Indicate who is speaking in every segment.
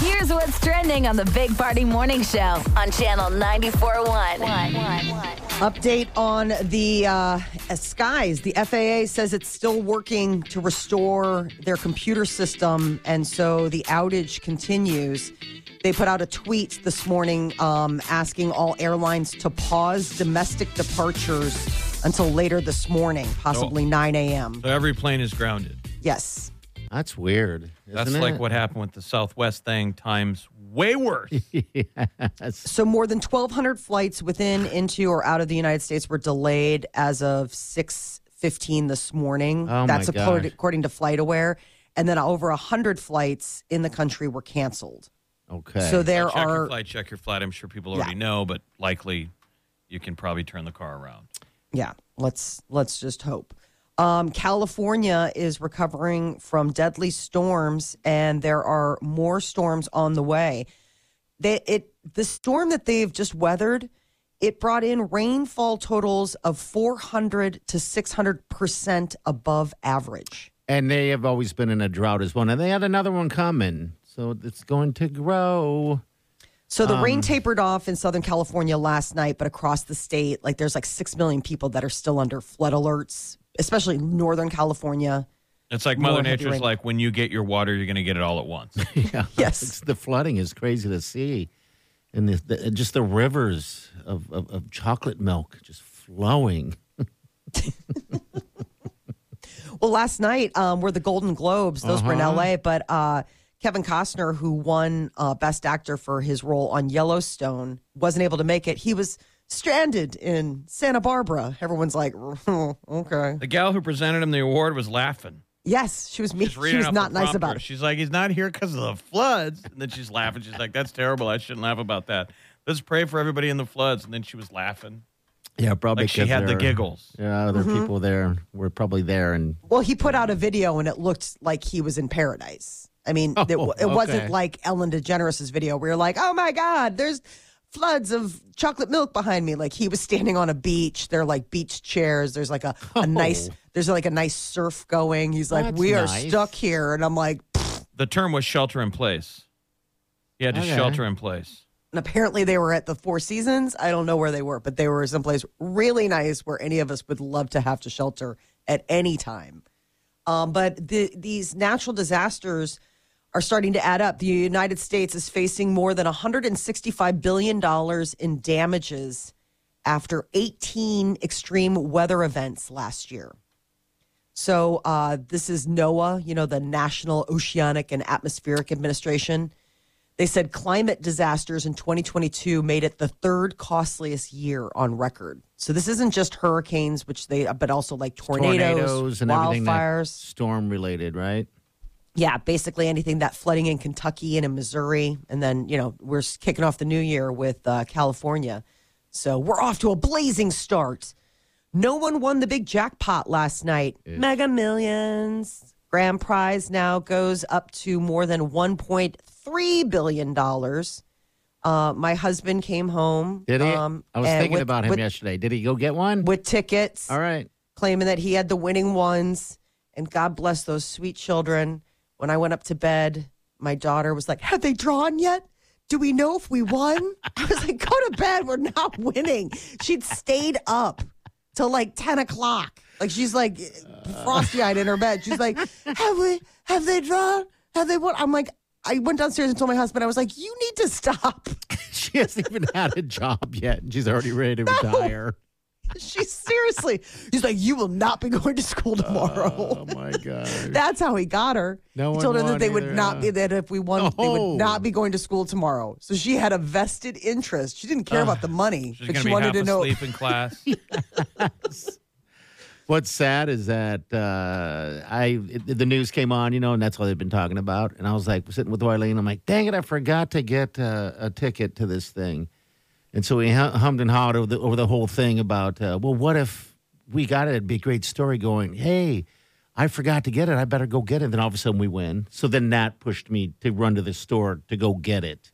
Speaker 1: Here's what's trending on the Big Party Morning Show on Channel 94.1.
Speaker 2: Update on the uh, skies. The FAA says it's still working to restore their computer system, and so the outage continues. They put out a tweet this morning um, asking all airlines to pause domestic departures until later this morning, possibly
Speaker 3: Oh.
Speaker 2: 9 a.m.
Speaker 3: So every plane is grounded.
Speaker 2: Yes.
Speaker 4: That's weird.
Speaker 3: That's
Speaker 4: isn't
Speaker 3: like
Speaker 4: it?
Speaker 3: what happened with the Southwest thing times way worse.
Speaker 4: Yes.
Speaker 2: So more than 1,200 flights within, into, or out of the United States were delayed as of 6:15 this morning.
Speaker 4: Oh, my
Speaker 2: That's according,
Speaker 4: gosh.
Speaker 2: according to FlightAware, and then over 100 flights in the country were canceled.
Speaker 4: Okay.
Speaker 2: So there
Speaker 3: check your
Speaker 2: are
Speaker 3: flight, check your flight. I'm sure people already know, but likely you can probably turn the car around.
Speaker 2: yeah let's let's just hope um, california is recovering from deadly storms and there are more storms on the way they, it the storm that they've just weathered it brought in rainfall totals of 400 to 600 percent above average
Speaker 4: and they have always been in a drought as well. And they had another one coming. So it's going to grow.
Speaker 2: so the rain tapered off in southern california last night but across the state like there's like 6 million people that are still under flood alerts especially northern california
Speaker 3: It's like
Speaker 2: More
Speaker 3: Mother
Speaker 2: heavy
Speaker 3: Nature's
Speaker 2: rain.
Speaker 3: like when you get your water, you're going to get it all at once.
Speaker 4: Yeah.
Speaker 2: Yes.
Speaker 4: It's- the flooding is crazy to see. And the, the, just the rivers of, of, of chocolate milk just flowing.
Speaker 2: Well, last night um, were the Golden Globes. Those were in
Speaker 3: Uh-huh.
Speaker 2: LA, but uh, Kevin Costner, who won uh, Best Actor for his role on Yellowstone, wasn't able to make it. He was stranded in Santa Barbara. Everyone's like, "Oh, okay.
Speaker 3: the gal who presented him the award was laughing.
Speaker 2: Yes, she was me.
Speaker 3: Just
Speaker 2: She
Speaker 3: reading
Speaker 2: was
Speaker 3: off
Speaker 2: not
Speaker 3: the
Speaker 2: nice
Speaker 3: prompter.
Speaker 2: about it.
Speaker 3: She's like, he's not here because of the floods. And then she's laughing. She's like, that's terrible. I shouldn't laugh about that. Let's pray for everybody in the floods. And then she was laughing.
Speaker 4: Yeah, probably.
Speaker 3: Like she
Speaker 4: 'cause
Speaker 3: had the
Speaker 4: there-
Speaker 3: giggles.
Speaker 4: Yeah, other
Speaker 2: Mm-hmm.
Speaker 4: people there were probably there. And
Speaker 2: Well, he put out a video and it looked like he was in paradise. I mean, it, it
Speaker 4: Oh, okay.
Speaker 2: wasn't like Ellen DeGeneres' video where you're like, oh my God, there's floods of chocolate milk behind me. Like he was standing on a beach. There are like beach chairs. There's like a, a nice,
Speaker 4: Oh.
Speaker 2: there's like a nice surf going. He's like,
Speaker 4: That's
Speaker 2: we are
Speaker 4: nice.
Speaker 2: stuck here. And I'm like, "Pfft."
Speaker 3: The term was shelter in place. He had to
Speaker 4: Okay.
Speaker 3: shelter in place.
Speaker 2: and apparently they were at the Four Seasons. I don't know where they were, but they were someplace really nice where any of us would love to have to shelter at any time. Um, but the, these natural disasters are starting to add up. The United States is facing more than $165 billion in damages after 18 extreme weather events last year. So, uh, this is NOAA, you know, the National Oceanic and Atmospheric Administration. They said climate disasters in 2022 made it the third costliest year on record. So, this isn't just hurricanes, which they, but also like tornadoes,
Speaker 4: and everything that-
Speaker 2: wildfires.
Speaker 4: storm related, right?
Speaker 2: Yeah, basically anything that flooding in Kentucky and in Missouri. And then, you know, we're s- kicking off the new year with uh, California. So we're off to a blazing start. No one won the big jackpot last night. Mega millions. Grand prize now goes up to more than $1.3 billion. Uh, my husband came home. um,
Speaker 4: Did he? I was
Speaker 2: and
Speaker 4: thinking
Speaker 2: with-
Speaker 4: about him
Speaker 2: with,
Speaker 4: yesterday. Did he go get one?
Speaker 2: with tickets
Speaker 4: All right.
Speaker 2: claiming that he had the winning ones. And God bless those sweet children. When I went up to bed, my daughter was like, Have they drawn yet? Do we know if we won? I was like, Go to bed. We're not winning. She'd stayed up till like 10 o'clock. Like she's like frosty eyed in her bed. She's like, Have we, have they drawn? Have they won? I'm like, I went downstairs and told my husband, I was like, You need to stop.
Speaker 4: She hasn't even had a job yet. and She's already ready to retire.
Speaker 2: She's seriously, he's like, You will not be going to school tomorrow.
Speaker 4: Oh my god.
Speaker 2: That's how he got her.
Speaker 4: No
Speaker 2: he
Speaker 4: one
Speaker 2: told her that
Speaker 4: won
Speaker 2: they would
Speaker 4: either,
Speaker 2: not
Speaker 4: huh?
Speaker 2: be that if we won, they
Speaker 4: No.
Speaker 2: would not be going to school tomorrow. So she had a vested interest. She didn't care about the money,
Speaker 3: She's
Speaker 2: but
Speaker 3: going to
Speaker 2: she
Speaker 3: be half
Speaker 2: wanted to know.
Speaker 3: asleep in class.
Speaker 4: What's sad is that uh, I it, the news came on, you know, and that's all they've been talking about. And I was like sitting with Eileen, I'm like, dang it, I forgot to get uh, a ticket to this thing. And so we hum- hummed and hawed over the, over the whole thing about, uh, well, what if we got it? It'd be a great story going, hey, I forgot to get it. I better go get it. Then all of a sudden we win. So then that pushed me to run to the store to go get it.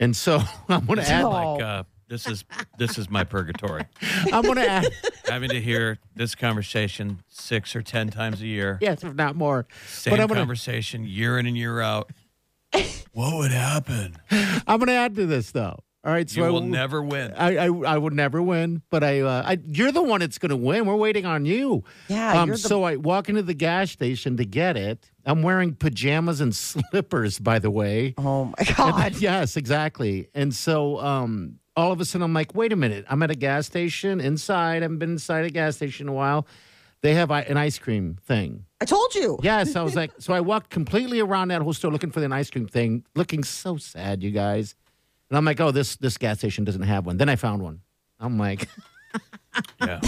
Speaker 4: And so I'm going to add,
Speaker 3: Like, uh, this is this is my purgatory.
Speaker 4: I'm going to add,
Speaker 3: Having to hear this conversation six or ten times a year.
Speaker 4: yes, if not more.
Speaker 3: Same
Speaker 4: I'm gonna-
Speaker 3: conversation year in and year out. what would happen?
Speaker 4: I'm going to add to this though. All right, so
Speaker 3: You
Speaker 4: I
Speaker 3: will
Speaker 4: will-
Speaker 3: never win.
Speaker 2: Uh,
Speaker 4: I, I I would never win, but I, uh, I you're the one that's going to win. We're waiting on you.
Speaker 2: Yeah,
Speaker 4: Um,
Speaker 2: you're the-
Speaker 4: so I walk into the gas station to get it. I'm wearing pajamas and slippers, by the way.
Speaker 2: Oh my
Speaker 4: And-
Speaker 2: god.
Speaker 4: yes, exactly. And so um, all of a sudden, I'm like, wait a minute. I'm at a gas station inside. I haven't been inside a gas station in a while. They have i- an ice cream thing.
Speaker 2: I told you.
Speaker 4: Yes, I was like, so I walked completely around that whole store looking for an ice cream thing, looking so sad, you guys. And I'm like, oh, this this gas station doesn't have one. Then I found one. I'm like,
Speaker 3: yeah.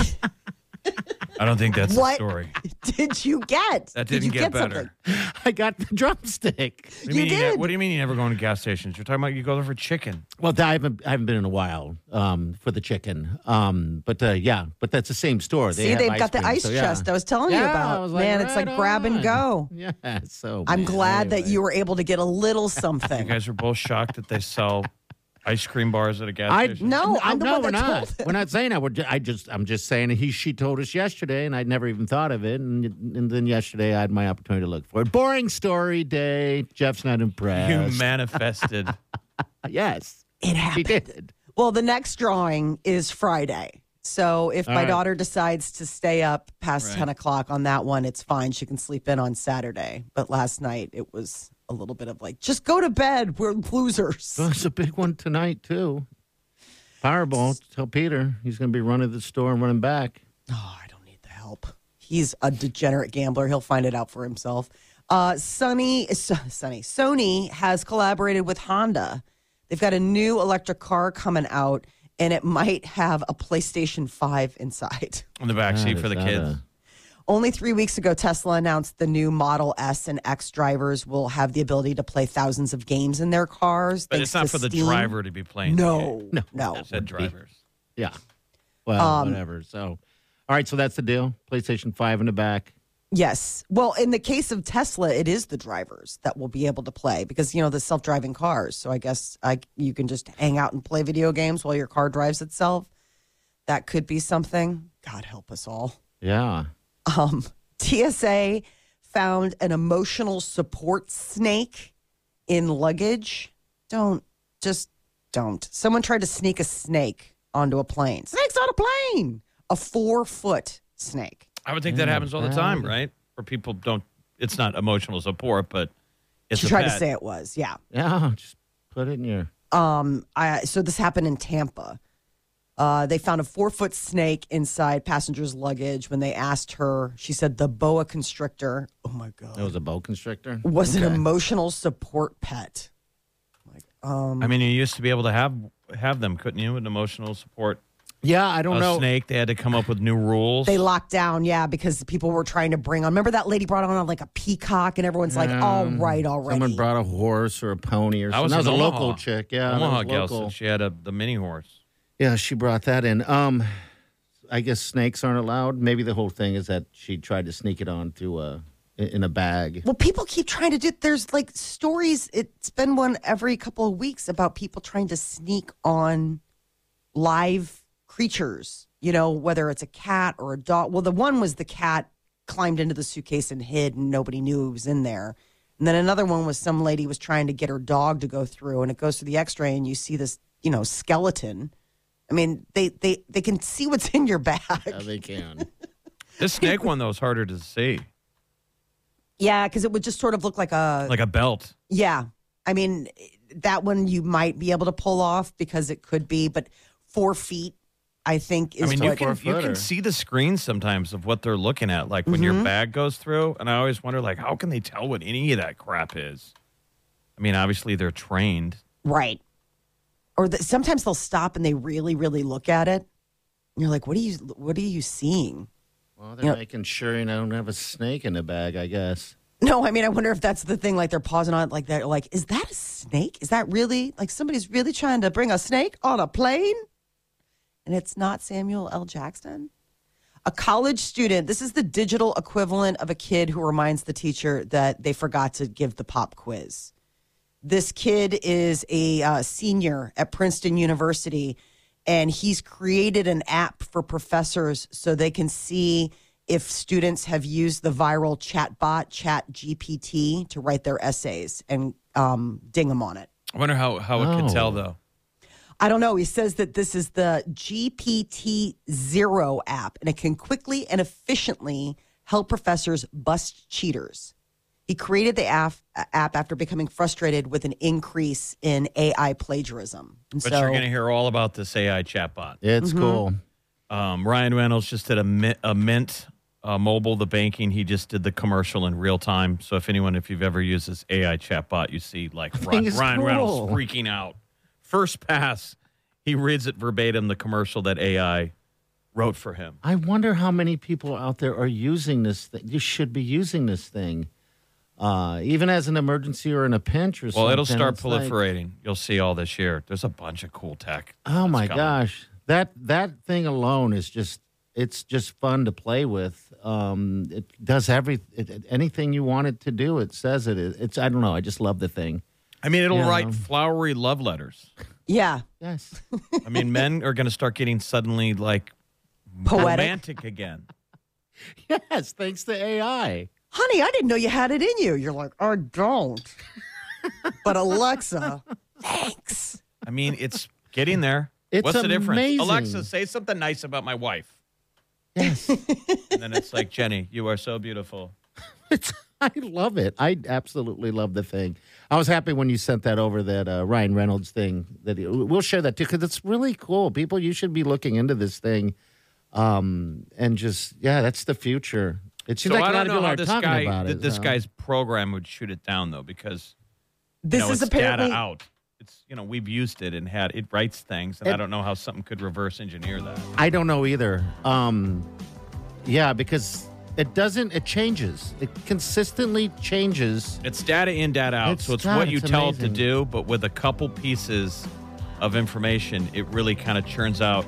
Speaker 3: I don't think that's
Speaker 2: What?
Speaker 3: the story.
Speaker 2: Did you get?
Speaker 3: That
Speaker 2: Did
Speaker 3: didn't
Speaker 2: you
Speaker 3: get, better.
Speaker 2: something?
Speaker 4: I got the drumstick.
Speaker 3: What do
Speaker 2: You
Speaker 3: mean ne-
Speaker 2: did.
Speaker 3: what do you mean you never go to gas stations? You're talking about you go there for chicken.
Speaker 4: Well, I haven't I haven't been in a while um, for the chicken. Um, but uh, yeah, but that's the same store. They
Speaker 2: See,
Speaker 4: have
Speaker 2: they've
Speaker 4: ice
Speaker 2: got the
Speaker 4: cream,
Speaker 2: ice
Speaker 4: so, yeah.
Speaker 2: chest I was telling you
Speaker 4: Yeah, I
Speaker 2: about.
Speaker 4: was like,
Speaker 2: man, it's
Speaker 4: right
Speaker 2: like grab and
Speaker 4: on.
Speaker 2: go.
Speaker 4: Yeah, so
Speaker 2: I'm
Speaker 4: man,
Speaker 2: glad that
Speaker 4: anyway.
Speaker 2: you were able to get a little something.
Speaker 3: You guys are both shocked that they sell ice cream bars at a gas
Speaker 4: I
Speaker 3: station.
Speaker 2: no, I'm the
Speaker 4: no,
Speaker 2: one
Speaker 4: we're
Speaker 2: that
Speaker 4: not.
Speaker 2: told
Speaker 4: We're not saying that. We're ju- I just, I'm just saying he. She told us yesterday, and I'd never even thought of it. And, and then yesterday, I had my opportunity to look for it. Boring story day. Jeff's not
Speaker 3: You
Speaker 4: impressed. Uh,
Speaker 3: manifested.
Speaker 4: yes,
Speaker 2: it
Speaker 4: he
Speaker 2: happened.
Speaker 4: did.
Speaker 2: Well, the next drawing is Friday. So if
Speaker 4: All
Speaker 2: my
Speaker 4: right.
Speaker 2: daughter decides to stay up past
Speaker 3: Right.
Speaker 2: 10 o'clock on that one, it's fine. She can sleep in on Saturday. But last night it was a little bit of like, just go to bed. We're losers.
Speaker 4: Well, it's a big one tonight too. Powerball. Tell Peter he's going to be running to the store and running back.
Speaker 2: Oh, I don't need the help. He's a degenerate gambler. He'll find it out for himself. Uh, Sonny, S- Sonny, Sony has collaborated with Honda. They've got a new electric car coming out, and it might have a PlayStation 5 inside.
Speaker 3: in the back seat
Speaker 4: God,
Speaker 3: for the
Speaker 4: is that
Speaker 3: kids.
Speaker 4: a-
Speaker 2: Only three weeks ago, Tesla announced the new Model S and X drivers will have the ability to play thousands of games in their cars.
Speaker 3: But
Speaker 2: thanks
Speaker 3: it's not
Speaker 2: to
Speaker 3: for the
Speaker 2: Steam.
Speaker 3: driver to be playing. the
Speaker 2: No,
Speaker 3: game.
Speaker 2: no, no.
Speaker 3: It said drivers.
Speaker 4: Yeah. Well,
Speaker 2: Um,
Speaker 4: whatever. So, all right. So that's the deal. PlayStation Five in the back.
Speaker 2: Yes. Well, in the case of Tesla, it is the drivers that will be able to play because you know the self-driving cars. So I guess I, you can just hang out and play video games while your car drives itself. That could be something. God help us all.
Speaker 4: Yeah.
Speaker 2: Um, TSA found an emotional support snake in luggage. Don't just don't. Someone tried to sneak a snake onto a plane. Snake's on a plane. A four foot snake.
Speaker 3: I would think that happens all the time, right? Where people don't. It's not emotional support, but it's
Speaker 2: She
Speaker 3: a
Speaker 2: tried to
Speaker 3: pet.
Speaker 2: say it was. Yeah.
Speaker 4: Yeah. Just put it in your.
Speaker 2: Um, I, so this happened in Tampa. Uh, they found a four foot snake inside passengers' luggage. When they asked her, she said the boa constrictor. Oh my god,
Speaker 4: It was a boa constrictor.
Speaker 2: was an emotional support pet. Like, um,
Speaker 3: I mean, you used to be able to have have them, couldn't you? An emotional support
Speaker 4: Yeah, I
Speaker 3: a
Speaker 4: don't know.
Speaker 3: snake. They had to come up with new rules.
Speaker 2: they locked down, yeah, because people were trying to bring on. Remember that lady brought on like a peacock, and everyone's like, "All right, already."
Speaker 4: Someone brought a horse or a pony or
Speaker 3: That
Speaker 4: something.
Speaker 3: was
Speaker 4: That was
Speaker 3: in
Speaker 4: a
Speaker 3: Omaha.
Speaker 4: local chick. Yeah, that
Speaker 3: Omaha
Speaker 4: was
Speaker 3: gal
Speaker 4: local.
Speaker 3: said she had a the mini horse.
Speaker 4: Yeah, she brought that in. Um, I guess snakes aren't allowed. Maybe the whole thing is that she tried to sneak it on through a in a bag.
Speaker 2: well, people keep trying to do. There's like stories. It's been one every couple of weeks about people trying to sneak on live creatures. You know, whether it's a cat or a dog. Well, the one was the cat climbed into the suitcase and hid, and nobody knew it was in there. And then another one was some lady was trying to get her dog to go through, and it goes through the X-ray, and you see this, you know, skeleton. I mean, they they they can see what's in your bag.
Speaker 4: Yeah, they can.
Speaker 3: This snake one though is harder to see,
Speaker 2: Yeah, because it would just sort of look like a
Speaker 3: like a belt.
Speaker 2: yeah. I mean, that one you might be able to pull off because it could be, but four feet, I think, is
Speaker 3: I mean, you
Speaker 2: what.
Speaker 3: can you
Speaker 4: Four-footer.
Speaker 3: can see the screen sometimes of what they're looking at, like when your bag goes through. And I always wonder, like, how can they tell what any of that crap is? I mean, obviously they're trained.
Speaker 2: right. Or the, sometimes they'll stop and they really, really look at it. And you're like, what are you? What are you seeing?
Speaker 4: Well, they're
Speaker 2: Yep.
Speaker 4: making sure you don't have a snake in the bag, I guess.
Speaker 2: No, I mean, I wonder if that's the thing. Like they're pausing on it, like they're like, is that a snake? Is that really like somebody's really trying to bring a snake on a plane? And it's not Samuel L. Jackson. A college student. This is the digital equivalent of a kid who reminds the teacher that they forgot to give the pop quiz. This kid is a uh, senior at Princeton University, and he's created an app for professors so they can see if students have used the viral chatbot, ChatGPT, to write their essays and um, ding them on it.
Speaker 3: I wonder how, how it could tell,
Speaker 4: Oh.
Speaker 3: though.
Speaker 2: I don't know. He says that this is the GPT Zero app, and it can quickly and efficiently help professors bust cheaters. He created the app, app after becoming frustrated with an increase in AI plagiarism. And
Speaker 3: But
Speaker 2: so,
Speaker 3: you're going to hear all about this AI chatbot.
Speaker 4: It's cool.
Speaker 3: Um, Ryan Reynolds just did a, mi- a Mint uh, mobile, the banking. He just did the commercial in real time. So if anyone, if you've ever used this AI chatbot, you see like Ryan,
Speaker 4: it's
Speaker 3: Ryan Reynolds
Speaker 4: cool.
Speaker 3: freaking out. First pass, he reads it verbatim the commercial that AI wrote for him.
Speaker 4: I wonder how many people out there are using this thing. You should be using this thing, uh, even as an emergency or in a pinch or something.
Speaker 3: Well, it'll start
Speaker 4: It's like,
Speaker 3: proliferating. You'll see all this year. There's a bunch of cool tech.
Speaker 4: oh my
Speaker 3: coming.
Speaker 4: gosh, that that thing alone is just it's just fun to play with. Um, it does every it, it- anything you want it to do. It says it. It- It's I don't know. I just love the thing.
Speaker 3: I mean, it'll
Speaker 4: Yeah.
Speaker 3: write flowery love letters.
Speaker 2: yeah,
Speaker 4: Yes,
Speaker 3: I mean, men are going to start getting suddenly like Oh,
Speaker 2: poetic.
Speaker 3: romantic again.
Speaker 4: yes. Thanks to AI.
Speaker 2: Honey, I didn't know you had it in you. You're like, I don't. but Alexa, thanks.
Speaker 3: I mean, it's getting there.
Speaker 4: It's
Speaker 3: What's the difference?
Speaker 4: amazing.
Speaker 3: Alexa, say something nice about my wife.
Speaker 4: Yes.
Speaker 3: And then it's like, Jenny, you are so beautiful.
Speaker 4: It's, I love it. I absolutely love the thing. I was happy when you sent that over that uh, Ryan Reynolds thing. That we'll share that too because it's really cool. People, you should be looking into this thing, um, and just yeah, that's the future. It seems
Speaker 3: so
Speaker 4: like
Speaker 3: I
Speaker 4: a lot
Speaker 3: don't
Speaker 4: of
Speaker 3: know
Speaker 4: people
Speaker 3: how
Speaker 4: are
Speaker 3: this
Speaker 4: talking
Speaker 3: guy,
Speaker 4: about
Speaker 3: th-
Speaker 4: it.
Speaker 3: this
Speaker 4: so.
Speaker 3: guy's program would shoot it down though, because you
Speaker 2: This
Speaker 3: know,
Speaker 2: is
Speaker 3: it's
Speaker 2: apparently
Speaker 3: data out. It's you know we've used it and had it writes things, and I
Speaker 4: It-
Speaker 3: don't know how something could reverse engineer that.
Speaker 4: I don't know either. Um, yeah, because it doesn't. It changes. It consistently changes.
Speaker 3: It's data in, data out.
Speaker 4: It's-
Speaker 3: so it's
Speaker 4: God,
Speaker 3: what you
Speaker 4: it's
Speaker 3: tell it to
Speaker 4: amazing.
Speaker 3: do, but with a couple pieces of information, it really kind of churns out.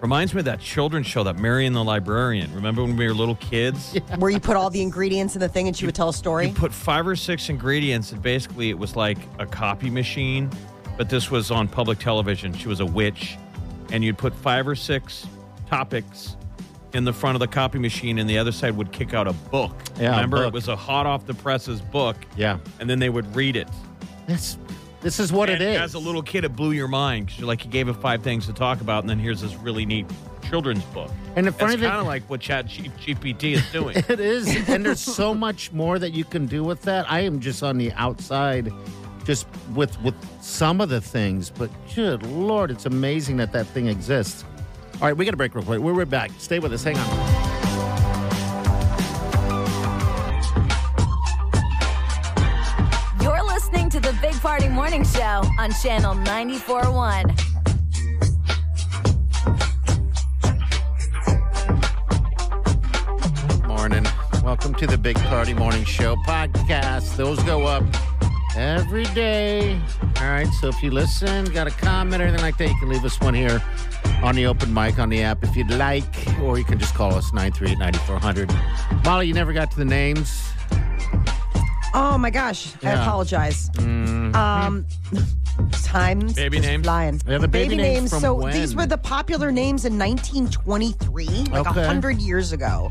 Speaker 3: Reminds me of that children's show, that Mary and the Librarian. Remember when we were little kids?
Speaker 2: where you put all the ingredients in the thing and she would tell a
Speaker 3: You
Speaker 2: story.
Speaker 3: put five or six ingredients, and basically it was like a copy machine, but this was on public television. She was a witch, and you'd put five or six topics in the front of the copy machine, and the other side would kick out a book.
Speaker 4: Yeah, a
Speaker 3: Remember, it
Speaker 4: book.
Speaker 3: was a hot off the presses book,
Speaker 4: Yeah,
Speaker 3: and then they would read it.
Speaker 4: this this is what
Speaker 3: And
Speaker 4: it is.
Speaker 3: As a little kid, it blew your mind because you're like, you gave it five things to talk about, and then here's this really neat children's book.
Speaker 4: And the funny
Speaker 3: That's
Speaker 4: thing-
Speaker 3: kind of like what Chat G- GPT is doing.
Speaker 4: It is. And there's so much more that you can do with that. I am just on the outside just with with some of the things, but good lord, it's amazing that that thing exists. All right, we got a break real quick. We're right back. Stay with us. Hang on.
Speaker 1: You're listening to the Big Party Morning Show on Channel 941.
Speaker 4: Morning. Welcome to the Big Party Morning Show podcast. Those go up every day. All right, so if you listen, got a comment or anything like that, you can leave us one here on the open mic on the app if you'd like, or you can just call us 938 9400. Molly, you never got to the names.
Speaker 2: Oh my gosh, I
Speaker 4: Yeah. Mm.
Speaker 2: apologize. Um, times
Speaker 3: Baby
Speaker 2: just
Speaker 3: names?
Speaker 2: flying.
Speaker 4: Yeah, the baby names from
Speaker 2: so
Speaker 4: when?
Speaker 2: these were the popular names in 1923, like a
Speaker 4: Okay.
Speaker 2: 100 years ago.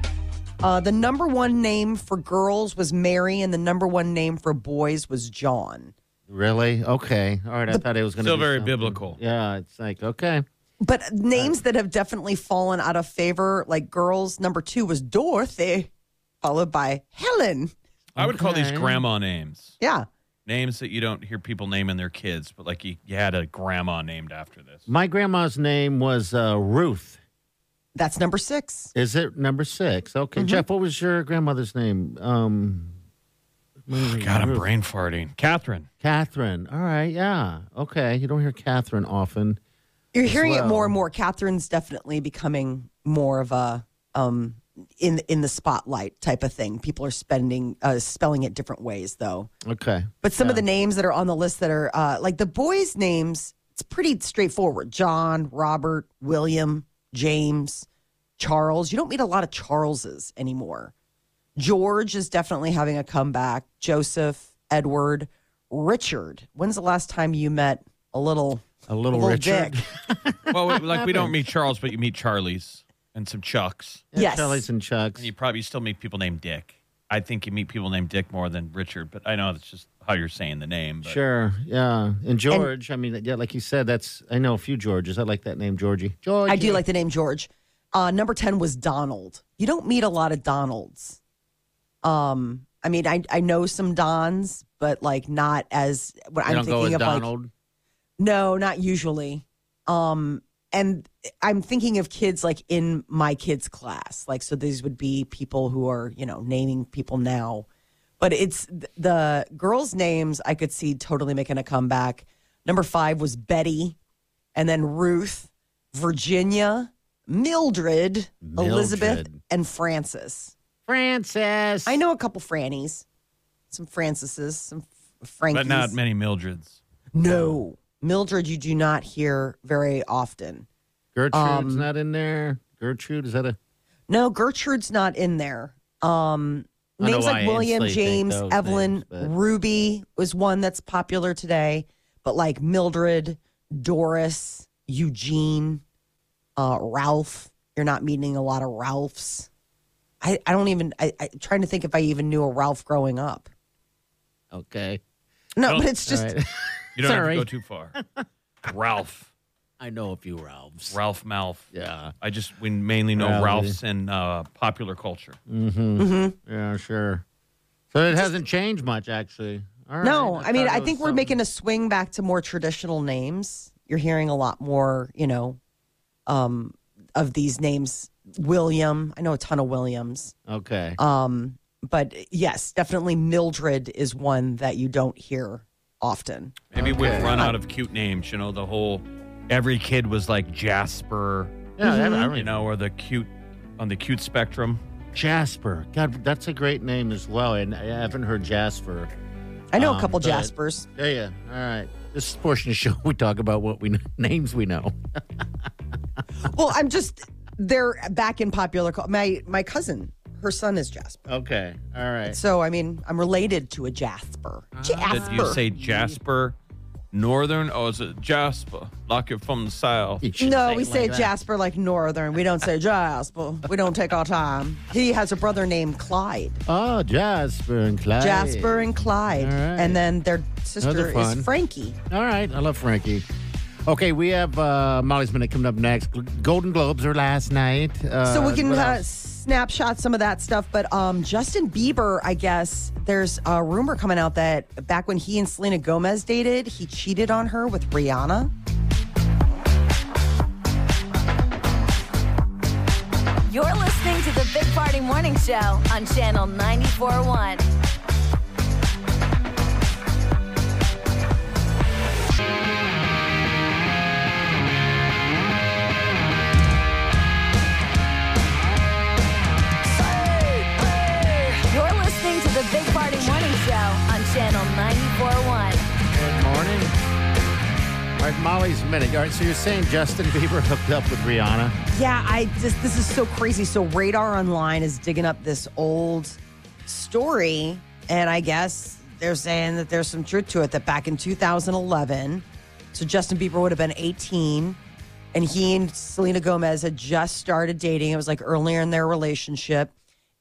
Speaker 2: Uh, the number one name for girls was Mary, and the number one name for boys was John.
Speaker 4: Really? Okay. All right. I thought it was going to
Speaker 3: Still
Speaker 4: be
Speaker 3: very
Speaker 4: something.
Speaker 3: biblical.
Speaker 4: Yeah. It's like okay.
Speaker 2: But names that have definitely fallen out of favor, like girls, number two was Dorothy, followed by Helen.
Speaker 3: I would call these
Speaker 4: Okay.
Speaker 3: grandma names.
Speaker 2: Yeah.
Speaker 3: names that you don't hear people naming their kids, but like you, you had a grandma named after this.
Speaker 4: My grandma's name was uh, Ruth.
Speaker 2: That's number six.
Speaker 4: Is it number six? Okay,
Speaker 3: Mm-hmm.
Speaker 4: Jeff. What was your grandmother's name? Um,
Speaker 3: God, I'm brain farting. Catherine.
Speaker 4: Catherine. All right. Yeah. Okay. You don't hear Catherine often.
Speaker 2: You're hearing it
Speaker 4: well.
Speaker 2: more and more. Catherine's definitely becoming more of a um, in in the spotlight type of thing. People are spending uh, spelling it different ways though.
Speaker 4: Okay.
Speaker 2: But some of the names that are on the list that are uh, like the boys' names, it's pretty straightforward. John, Robert, William, James, Charles. You don't meet a lot of Charleses anymore. George is definitely having a comeback. Joseph, Edward, Richard. When's the last time you met a little
Speaker 4: A little, Richard.
Speaker 2: dick?
Speaker 3: Well, like we don't meet Charles, but you meet Charlies and some Chucks.
Speaker 4: Yeah,
Speaker 2: Yes.
Speaker 4: Charlie's and Chuck's.
Speaker 3: And you probably still meet people named Dick. I think you meet people named Dick more than Richard, but I know that's just how you're saying the name. But
Speaker 4: Sure. Yeah. And George, I mean, yeah, like you said, that's, I know a few Georges. I like that name, Georgie. George.
Speaker 2: I do like the name George. Uh, number 10 was Donald. You don't meet a lot of Donalds. Um, I mean, I, I know some Dons, but like not as what
Speaker 4: You
Speaker 2: I'm
Speaker 4: don't
Speaker 2: thinking
Speaker 4: go with
Speaker 2: of like
Speaker 4: Donald.
Speaker 2: no, not usually. Um, and I'm thinking of kids like in my kids' class. Like, so these would be people who are, you know, naming people now. But it's th- the girls' names I could see totally making a comeback. Number five was Betty, and then Ruth, Virginia, Mildred, Elizabeth,
Speaker 4: Mildred.
Speaker 2: and Frances.
Speaker 4: Francis.
Speaker 2: I know a couple Frannies, some Franceses, some F- Frankies.
Speaker 3: but not many Mildreds.
Speaker 2: No. Mildred, you do not hear very often.
Speaker 4: Gertrude's
Speaker 2: um,
Speaker 4: not in there. Gertrude, is that a.
Speaker 2: No, Gertrude's not in there. Um,
Speaker 4: I know
Speaker 2: names
Speaker 4: why
Speaker 2: like
Speaker 4: I
Speaker 2: William,
Speaker 4: instantly think
Speaker 2: James,
Speaker 4: those
Speaker 2: Evelyn,
Speaker 4: names, but-
Speaker 2: Ruby was one that's popular today, but like Mildred, Doris, Eugene, uh, Ralph. You're not meeting a lot of Ralphs. I, I don't even, I, I'm trying to think if I even knew a Ralph growing up.
Speaker 4: Okay.
Speaker 2: No,
Speaker 3: Oh,
Speaker 2: but it's just,
Speaker 4: All right.
Speaker 3: You don't
Speaker 4: Sorry.
Speaker 3: have to go too far. Ralph,
Speaker 4: I know a few Ralphs.
Speaker 3: Ralph Malf.
Speaker 4: Yeah.
Speaker 3: I just we mainly know
Speaker 4: Ralphie.
Speaker 3: Ralphs in uh, popular culture.
Speaker 4: Yeah, sure. So it hasn't changed much, actually. All right.
Speaker 2: No, I mean,
Speaker 4: thought
Speaker 2: I
Speaker 4: it
Speaker 2: think
Speaker 4: was um,
Speaker 2: we're making
Speaker 4: something-
Speaker 2: a swing back to more traditional names. You're hearing a lot more, you know, um, of these names. William, I know a ton of Williams.
Speaker 4: Okay.
Speaker 2: Um, but yes, definitely Mildred is one that you don't hear often.
Speaker 3: Maybe
Speaker 4: Okay.
Speaker 3: we've run out of cute names. You know, the whole every kid was like Jasper.
Speaker 4: yeah,
Speaker 2: Mm-hmm.
Speaker 4: that- I don't
Speaker 3: You
Speaker 4: even
Speaker 3: know, or the cute on the cute spectrum.
Speaker 4: Jasper. God, that's a great name as well. And I haven't heard Jasper.
Speaker 2: I know
Speaker 4: Um,
Speaker 2: a couple
Speaker 4: but-
Speaker 2: Jaspers.
Speaker 4: Yeah, yeah. All right. This portion of the show, we talk about what we know, names we know.
Speaker 2: Well, I'm just they're back in popular. cul- My my cousin, her son is Jasper.
Speaker 4: Okay. All right. Ah.
Speaker 2: So I mean, I'm related to a Jasper. Jasper.
Speaker 3: Did you say Jasper? Northern or is it Jasper? Like you're from the south.
Speaker 4: You should
Speaker 2: No,
Speaker 4: it
Speaker 2: we
Speaker 4: like
Speaker 2: say
Speaker 4: that.
Speaker 2: Jasper like Northern. We don't say Jasper. We don't take our time. He has a brother named Clyde.
Speaker 4: Oh, Jasper and Clyde.
Speaker 2: Jasper and Clyde.
Speaker 4: All right.
Speaker 2: And then their
Speaker 4: Those
Speaker 2: sister
Speaker 4: are fun.
Speaker 2: is Frankie.
Speaker 4: All right. I love Frankie. Okay, we have uh, Molly's Minute coming up next. Golden Globes are last night. Uh,
Speaker 2: so we can
Speaker 4: what
Speaker 2: uh,
Speaker 4: else?
Speaker 2: snapshot some of that stuff. But um, Justin Bieber, I guess, there's a rumor coming out that back when he and Selena Gomez dated, he cheated on her with Rihanna.
Speaker 1: You're listening to the Big Party Morning Show on Channel 941. You're listening to the Big Party Morning Show on Channel 941.
Speaker 4: Good morning. All right, Molly's minute. All right, so you're saying Justin Bieber hooked up with Rihanna?
Speaker 2: Yeah, I just this is so crazy. So Radar Online is digging up this old story, and I guess they're saying that there's some truth to it. That back in 2011, so Justin Bieber would have been 18, and he and Selena Gomez had just started dating. It was like earlier in their relationship,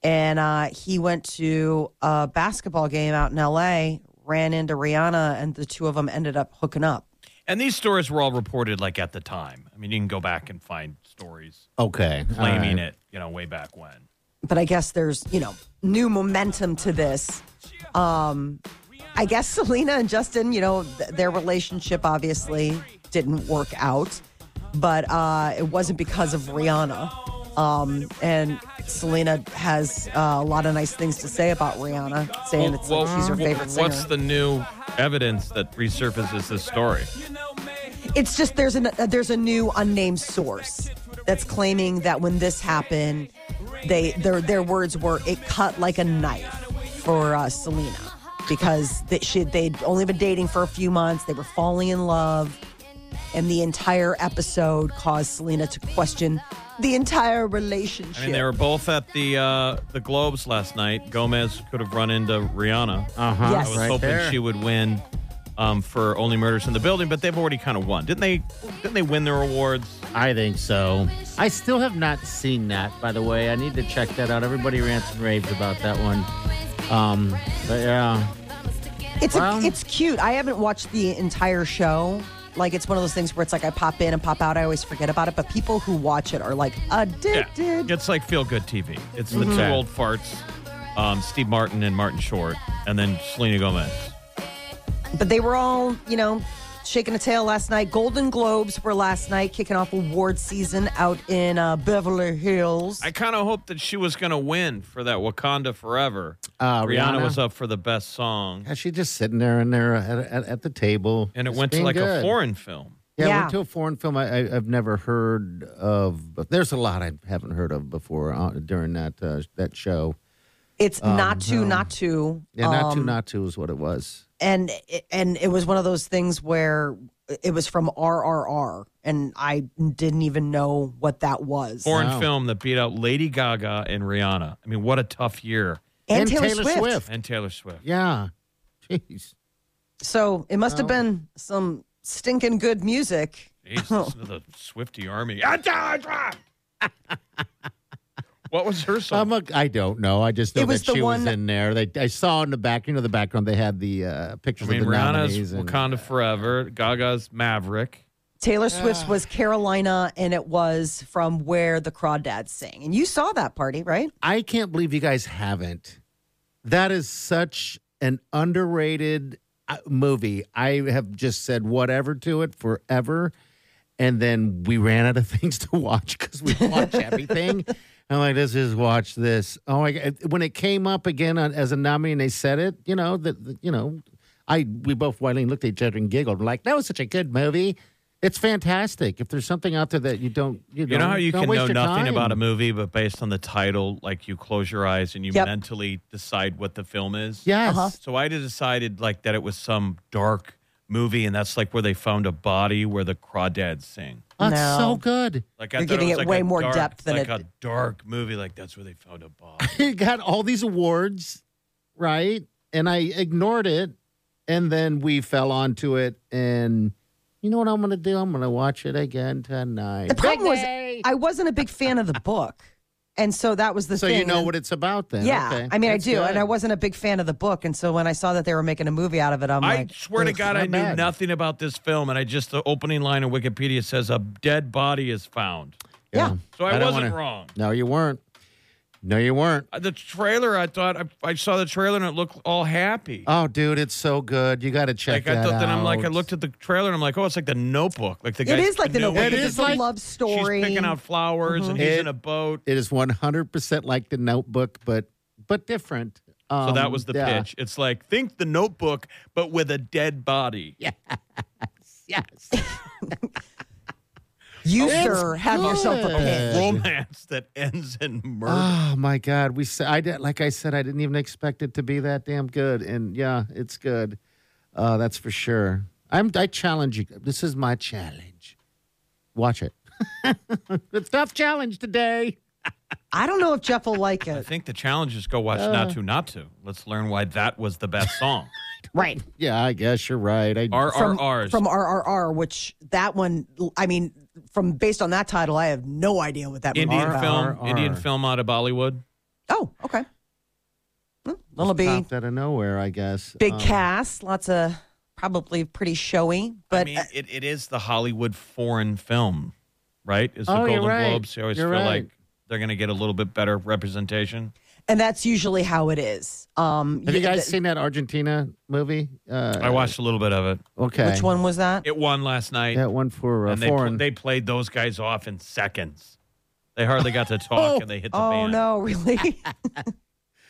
Speaker 2: and uh, he went to a basketball game out in L.A., ran into Rihanna, and the two of them ended up hooking up.
Speaker 3: And these stories were all reported like at the time. I mean, you can go back and find stories
Speaker 4: Okay.
Speaker 3: claiming it, you know, way back when.
Speaker 2: but I guess there's you know new momentum to this. Um, I guess Selena and Justin, you know, th- their relationship obviously didn't work out, but uh, it wasn't because of Rihanna. Um, and Selena has uh, a lot of nice things to say about Rihanna, saying it's like she's her
Speaker 3: Well,
Speaker 2: favorite singer.
Speaker 3: What's the new evidence that resurfaces this story?
Speaker 2: It's just there's an uh, there's a new unnamed source that's claiming that when this happened, they their their words were it cut like a knife for uh, Selena because that she they'd only been dating for a few months. They were falling in love, and the entire episode caused Selena to question the entire relationship.
Speaker 3: I mean, they were both at the uh, the Globes last night. Gomez could have run into Rihanna.
Speaker 4: Uh huh.
Speaker 2: Yes.
Speaker 3: I was
Speaker 4: right
Speaker 3: hoping
Speaker 4: there.
Speaker 3: she would win um, for Only Murders in the Building, but they've already kind of won, didn't they? Didn't they win their awards?
Speaker 4: I think so. I still have not seen that, by the way. I need to check that out. Everybody rants and raves about that one. Um, but yeah,
Speaker 2: It's
Speaker 4: Well-
Speaker 2: a, it's cute. I haven't watched the entire show. Like it's one of those things where it's like I pop in and pop out. I always forget about it, but people who watch it are like addicted.
Speaker 3: It's like feel good TV. It's the two
Speaker 4: Okay.
Speaker 3: old farts, um, Steve Martin and Martin Short, and then Selena Gomez.
Speaker 2: But they were all, you know, shaking a tail last night. Golden Globes were last night, kicking off award season out in uh, Beverly Hills.
Speaker 3: I kind of hoped that she was going to win for that Wakanda Forever.
Speaker 4: Uh, Rihanna?
Speaker 3: was up for the best song,
Speaker 4: Yeah, she's just sitting there and there at, at, at the table.
Speaker 3: and it
Speaker 4: just
Speaker 3: went to
Speaker 4: being
Speaker 3: like a
Speaker 4: good.
Speaker 3: foreign film.
Speaker 4: Yeah,
Speaker 2: Yeah.
Speaker 4: went to a foreign film I, I, I've never heard of. But there's a lot I haven't heard of before uh, during that uh, that show.
Speaker 2: it's not to, not to.
Speaker 4: Oh, Yeah, not too,
Speaker 2: um,
Speaker 4: not too is what it was.
Speaker 2: and it- and it was one of those things where it was from RRR, and I didn't even know what that was.
Speaker 3: Foreign
Speaker 4: Wow.
Speaker 3: film that beat out Lady Gaga and Rihanna. I mean, what a tough year.
Speaker 2: and,
Speaker 4: And
Speaker 2: Taylor,
Speaker 4: Taylor
Speaker 2: Swift.
Speaker 4: Swift.
Speaker 3: And Taylor Swift.
Speaker 4: Yeah, jeez.
Speaker 2: So it
Speaker 4: Oh.
Speaker 2: must have been some stinking good music.
Speaker 3: Jeez, listen to the Swifty Army. what was her
Speaker 4: I'm
Speaker 3: song?
Speaker 4: a, I don't know. I just know
Speaker 2: It was
Speaker 4: that
Speaker 2: the
Speaker 4: she
Speaker 2: one-
Speaker 4: was in there. They, I saw in the back, you know, the background. They had the uh,
Speaker 3: I
Speaker 4: pictures
Speaker 3: mean,
Speaker 4: of the
Speaker 3: Rihanna's
Speaker 4: nominees. and-
Speaker 3: Wakanda Forever, Gaga's Maverick.
Speaker 2: Taylor Swift's was Carolina, and it was from where the Crawdads sing. And you saw that party, right?
Speaker 4: I can't believe you guys haven't. That is such an underrated uh, movie. I have just said whatever to it forever. And then we ran out of things to watch because we watch everything. I'm like, let's just watch this. Oh my god! When it came up again on, as a nominee, and they said it, you know that that, you know, I we both Wileen looked at each other and giggled. We're like, that was such a good movie. It's fantastic. If there's something out there that you don't, you,
Speaker 3: You know
Speaker 4: don't-
Speaker 3: how you
Speaker 4: don't
Speaker 3: can
Speaker 4: waste
Speaker 3: know
Speaker 4: your
Speaker 3: nothing
Speaker 4: time.
Speaker 3: about a movie, but based on the title, like you close your eyes and you
Speaker 2: Yep.
Speaker 3: mentally decide what the film is?
Speaker 4: Yes.
Speaker 3: So I decided like that it was some dark movie, and that's like where they found a body where the crawdads sing.
Speaker 4: Oh, it's
Speaker 2: No.
Speaker 4: so good.
Speaker 3: Like I
Speaker 2: You're
Speaker 3: thought
Speaker 2: giving
Speaker 3: was
Speaker 2: it
Speaker 3: like
Speaker 2: way
Speaker 3: a
Speaker 2: more
Speaker 3: dark-
Speaker 2: depth than
Speaker 3: like
Speaker 2: it-
Speaker 3: a dark movie. Like that's where they found a body.
Speaker 4: It got all these awards, right? And I ignored it. And then we fell onto it. And you know what I'm going to do? I'm going to watch it again tonight.
Speaker 2: The problem was
Speaker 4: Big day.
Speaker 2: I wasn't a big fan of the book, and so that was the
Speaker 4: so
Speaker 2: thing.
Speaker 4: you know
Speaker 2: And-
Speaker 4: what it's about then?
Speaker 2: Yeah,
Speaker 4: Okay.
Speaker 2: I mean,
Speaker 4: That's
Speaker 2: I do,
Speaker 4: good.
Speaker 2: and I wasn't a big fan of the book, and so when I saw that they were making a movie out of it, I'm
Speaker 3: I
Speaker 2: like,
Speaker 3: swear to
Speaker 4: ugh,
Speaker 3: God,
Speaker 4: not
Speaker 3: I knew
Speaker 4: bad.
Speaker 3: nothing about this film, and I just the opening line of Wikipedia says a dead body is found.
Speaker 2: yeah.
Speaker 3: So I,
Speaker 4: don't
Speaker 3: wasn't
Speaker 4: wanna-
Speaker 3: wrong.
Speaker 4: No, you weren't. No, you weren't.
Speaker 3: Uh, The trailer, I thought I, I saw the trailer and it looked all happy.
Speaker 4: Oh, dude, it's so good. You got to check
Speaker 3: like I
Speaker 4: that
Speaker 3: thought
Speaker 4: out.
Speaker 3: that I'm like I looked at the trailer and I'm like, oh, it's like the Notebook. Like the
Speaker 2: it
Speaker 3: guy's
Speaker 2: is like the
Speaker 3: canoeing.
Speaker 2: Notebook.
Speaker 4: It
Speaker 2: It's
Speaker 4: is
Speaker 2: a
Speaker 4: like-
Speaker 2: love story.
Speaker 3: She's picking out flowers and he's
Speaker 4: It-
Speaker 3: in a boat.
Speaker 4: It is 100% like the Notebook, but but different.
Speaker 3: So
Speaker 4: Um,
Speaker 3: that was the
Speaker 4: yeah.
Speaker 3: pitch. It's like think the Notebook, but with a dead body.
Speaker 4: Yes.
Speaker 2: you
Speaker 4: It's
Speaker 2: sir have yourself a
Speaker 4: good.
Speaker 2: pig.
Speaker 3: Romance that ends in murder.
Speaker 4: Oh my God, we said I did, like I said I didn't even expect it to be that damn good, and yeah, it's good. Uh, that's for sure. I'm I challenge you. This is my challenge. Watch it. it's tough challenge today.
Speaker 2: I don't know if Jeff will like
Speaker 3: I
Speaker 2: it.
Speaker 3: think the challenge is go
Speaker 4: Uh.
Speaker 3: watch Not To Not To. Let's learn why that was the best song.
Speaker 2: Right.
Speaker 4: Yeah, I guess you're right. I
Speaker 2: From,
Speaker 3: RRRs.
Speaker 2: from RRR, which that one, I mean, from based on that title, I have no idea what that movie's
Speaker 3: Indian
Speaker 2: about.
Speaker 3: film,
Speaker 4: RRR.
Speaker 3: Indian film out of Bollywood.
Speaker 2: Oh, okay. Well, that'll be
Speaker 4: popped out of nowhere. I guess
Speaker 2: big
Speaker 4: Um,
Speaker 2: cast, lots of probably pretty showy, but uh,
Speaker 3: I
Speaker 4: uh,
Speaker 3: mean, it, it is the Hollywood foreign film, right? Is the
Speaker 4: Oh, you're
Speaker 3: Golden
Speaker 4: right.
Speaker 3: Globes? They always
Speaker 4: You're
Speaker 3: feel
Speaker 4: right.
Speaker 3: like they're going to get a little bit better representation.
Speaker 2: and that's usually how it is. Um,
Speaker 4: Have you
Speaker 2: yeah,
Speaker 4: guys
Speaker 2: th-
Speaker 4: seen that Argentina movie? Uh,
Speaker 3: I watched a little bit of it.
Speaker 4: Okay,
Speaker 2: which one was that?
Speaker 3: It won last night,
Speaker 4: That one for uh,
Speaker 3: and they pl-
Speaker 4: foreign.
Speaker 3: they played those guys off in seconds. They hardly got to talk, and they hit the
Speaker 2: oh
Speaker 3: band.
Speaker 2: no, really?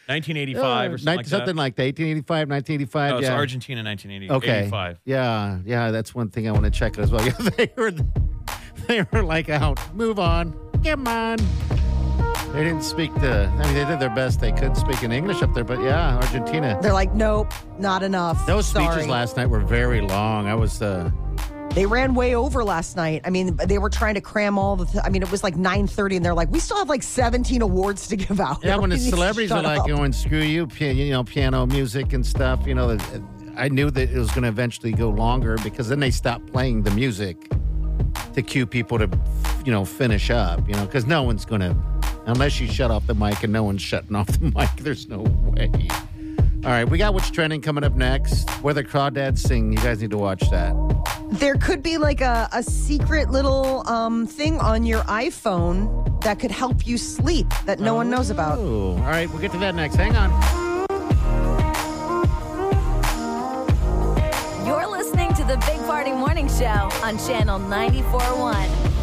Speaker 3: 1985 or
Speaker 4: Uh,
Speaker 3: something,
Speaker 4: night-
Speaker 3: like
Speaker 4: something
Speaker 3: that.
Speaker 4: like that. 1885, 1985.
Speaker 3: no, it's
Speaker 4: yeah.
Speaker 3: Argentina 1985.
Speaker 4: Okay. Yeah, yeah, that's one thing I want to check as well. Yeah, they were, they were like out. Move on. Come on. They didn't speak the. I mean, they did their best they could speak in English up there, but yeah, Argentina.
Speaker 2: They're like, nope, not enough.
Speaker 4: Those
Speaker 2: Sorry.
Speaker 4: speeches last night were very long. I was. Uh,
Speaker 2: They ran way over last night. I mean, they were trying to cram all the. Th- I mean, it was like nine thirty, and they're like, we still have like seventeen awards to give out.
Speaker 4: yeah, when the
Speaker 2: Everybody needs to
Speaker 4: celebrities are
Speaker 2: shut
Speaker 4: like
Speaker 2: up.
Speaker 4: going, "Screw you," pia- you know, piano music and stuff. You know, the- I knew that it was going to eventually go longer because then they stopped playing the music to cue people to, you know, finish up. You know, because no one's going to, unless you shut off the mic, and no one's shutting off the mic. There's no way. All right, we got what's trending coming up next. Whether crawdads sing, you guys need to watch that.
Speaker 2: There could be like a, a secret little um, thing on your iPhone that could help you sleep that no
Speaker 4: Oh.
Speaker 2: one knows about.
Speaker 4: Ooh. All right, we'll get to that next. Hang on.
Speaker 1: You're listening to the Big Party Morning Show on Channel 941.